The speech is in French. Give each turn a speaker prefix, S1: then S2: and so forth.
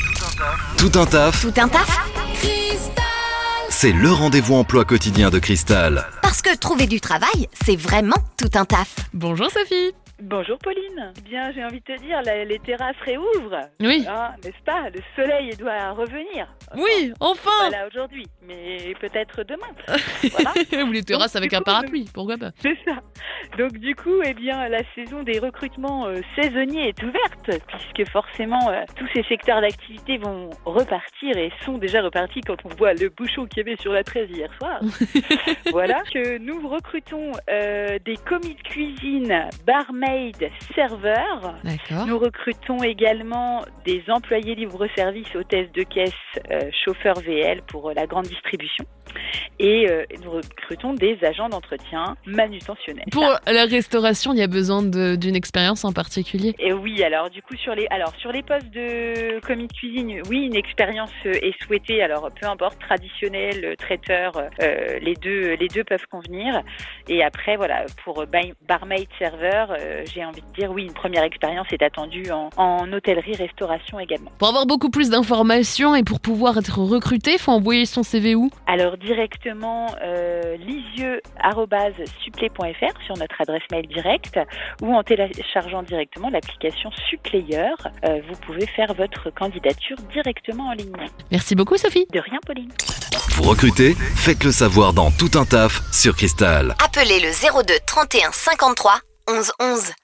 S1: Tout un taf,
S2: Tout un taf
S1: c'est le rendez-vous emploi quotidien de Cristal.
S2: Parce que trouver du travail, c'est vraiment tout un taf.
S3: Bonjour Sophie.
S4: Bonjour Pauline. Bien, j'ai envie de te dire, la- les terrasses réouvrent.
S3: Oui.
S4: Hein, N'est-ce pas Le soleil doit revenir.
S3: Oui, enfin
S4: Voilà aujourd'hui, mais peut-être demain.
S3: Ou les terrasses avec un parapluie, pourquoi pas
S4: C'est ça. Donc du coup, eh bien, la saison des recrutements euh, saisonniers est ouverte, puisque forcément, euh, tous ces secteurs d'activité vont repartir et sont déjà repartis quand on voit le bouchon qu'il y avait sur la 13 hier soir. voilà. Que nous recrutons euh, des commis de cuisine, barmaids, serveurs.
S3: D'accord.
S4: Nous recrutons également des employés libre-service, hôtesses de caisse, euh, chauffeurs VL pour euh, la grande distribution. Et euh, nous recrutons des agents d'entretien manutentionnels.
S3: Pour la restauration, il y a besoin de- d'une expérience en particulier.
S4: Et oui, alors du coup sur les alors sur les postes de commis de cuisine, oui, une expérience euh, est souhaitée. Alors peu importe traditionnel, euh, traiteur, euh, les deux les deux peuvent convenir. Et après voilà, pour euh, bar- barmaid serveur, euh, j'ai envie de dire oui, une première expérience est attendue en, en hôtellerie restauration également.
S3: Pour avoir beaucoup plus d'informations et pour pouvoir être recruté, faut envoyer son CV où
S4: Alors directement euh, lisieux@supplé.fr sur notre adresse mail directe ou en téléchargeant directement l'application Supplayer, euh, vous pouvez faire votre candidature directement en ligne.
S3: Merci beaucoup Sophie.
S4: De rien, Pauline.
S1: Vous recrutez Faites le savoir dans Tout un taf sur Cristal.
S2: Appelez le 02 31 53 11 11.